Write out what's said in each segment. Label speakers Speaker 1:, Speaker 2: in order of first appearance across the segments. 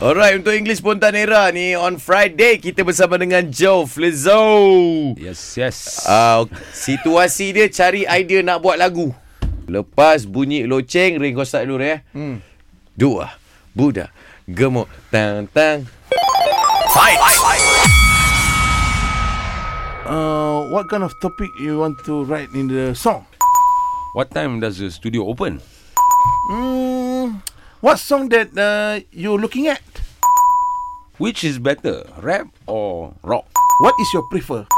Speaker 1: Alright, untuk English Pontanera ni on Friday kita bersama dengan Joe Flizzo.
Speaker 2: Yes, yes.
Speaker 1: Uh, situasi dia cari idea nak buat lagu. Lepas bunyi loceng, ring kau start dulu eh. Hmm. Dua, Buddha, gemuk, tang tang.
Speaker 3: uh, what kind of topic you want to write in the song?
Speaker 2: What time does the studio open?
Speaker 3: Mm, what song that uh, you looking at?
Speaker 2: Which is better, rap or rock?
Speaker 3: What is your prefer?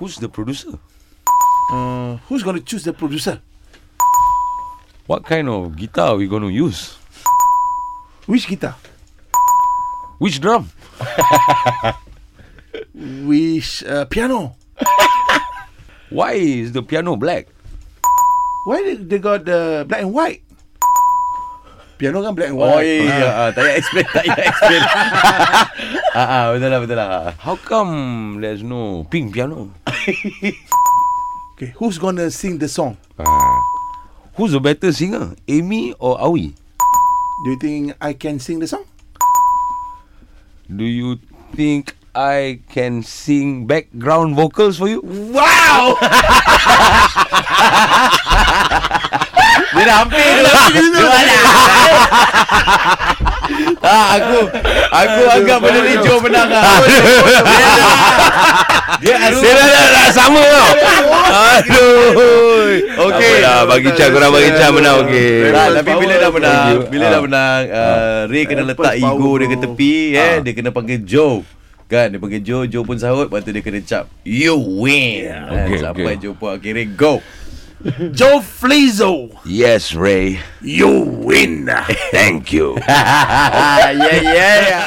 Speaker 2: Who's the producer?
Speaker 3: Uh, who's gonna choose the producer?
Speaker 2: What kind of guitar we gonna use?
Speaker 3: Which guitar?
Speaker 2: Which drum?
Speaker 3: Which uh, piano?
Speaker 2: Why is the piano black?
Speaker 3: Why they- they got the black and white? Piano kan black and
Speaker 1: Oh
Speaker 3: white.
Speaker 1: iya, uh, tak payah explain, tak payah explain. Ah ah, betul lah, betul lah.
Speaker 2: How come there's no pink piano?
Speaker 3: Okay, who's gonna sing the song?
Speaker 2: Ah. Who's the better singer, Amy or Awi?
Speaker 3: Do you think I can sing the song?
Speaker 2: Do you think I can sing background vocals for you?
Speaker 1: Wow! Dia dah hampir tu. Dua lah. Ah, aku aku anggap benda ni Joe menang lah. Dia asal
Speaker 2: dah, dah, dah sama tau. Aduh.
Speaker 1: Okey.
Speaker 2: Apalah, bagi Chan, korang bagi Chan menang, okey.
Speaker 1: Tak, tapi bila dah menang,
Speaker 2: Thank you.
Speaker 1: bila dah menang, uh, Ray kena letak
Speaker 3: power,
Speaker 1: ego dia ke
Speaker 3: bro.
Speaker 1: tepi eh, dia kena panggil Joe. Kan dia panggil Joe, Joe pun sahut, lepas tu dia kena cap. You win.
Speaker 2: okey,
Speaker 1: Okay, sampai
Speaker 2: okey.
Speaker 1: Joe pun akhirnya go.
Speaker 3: Joe Flizzo,
Speaker 2: Yes, Ray.
Speaker 3: you win.
Speaker 2: Thank you.
Speaker 1: yeah, yeah, yeah.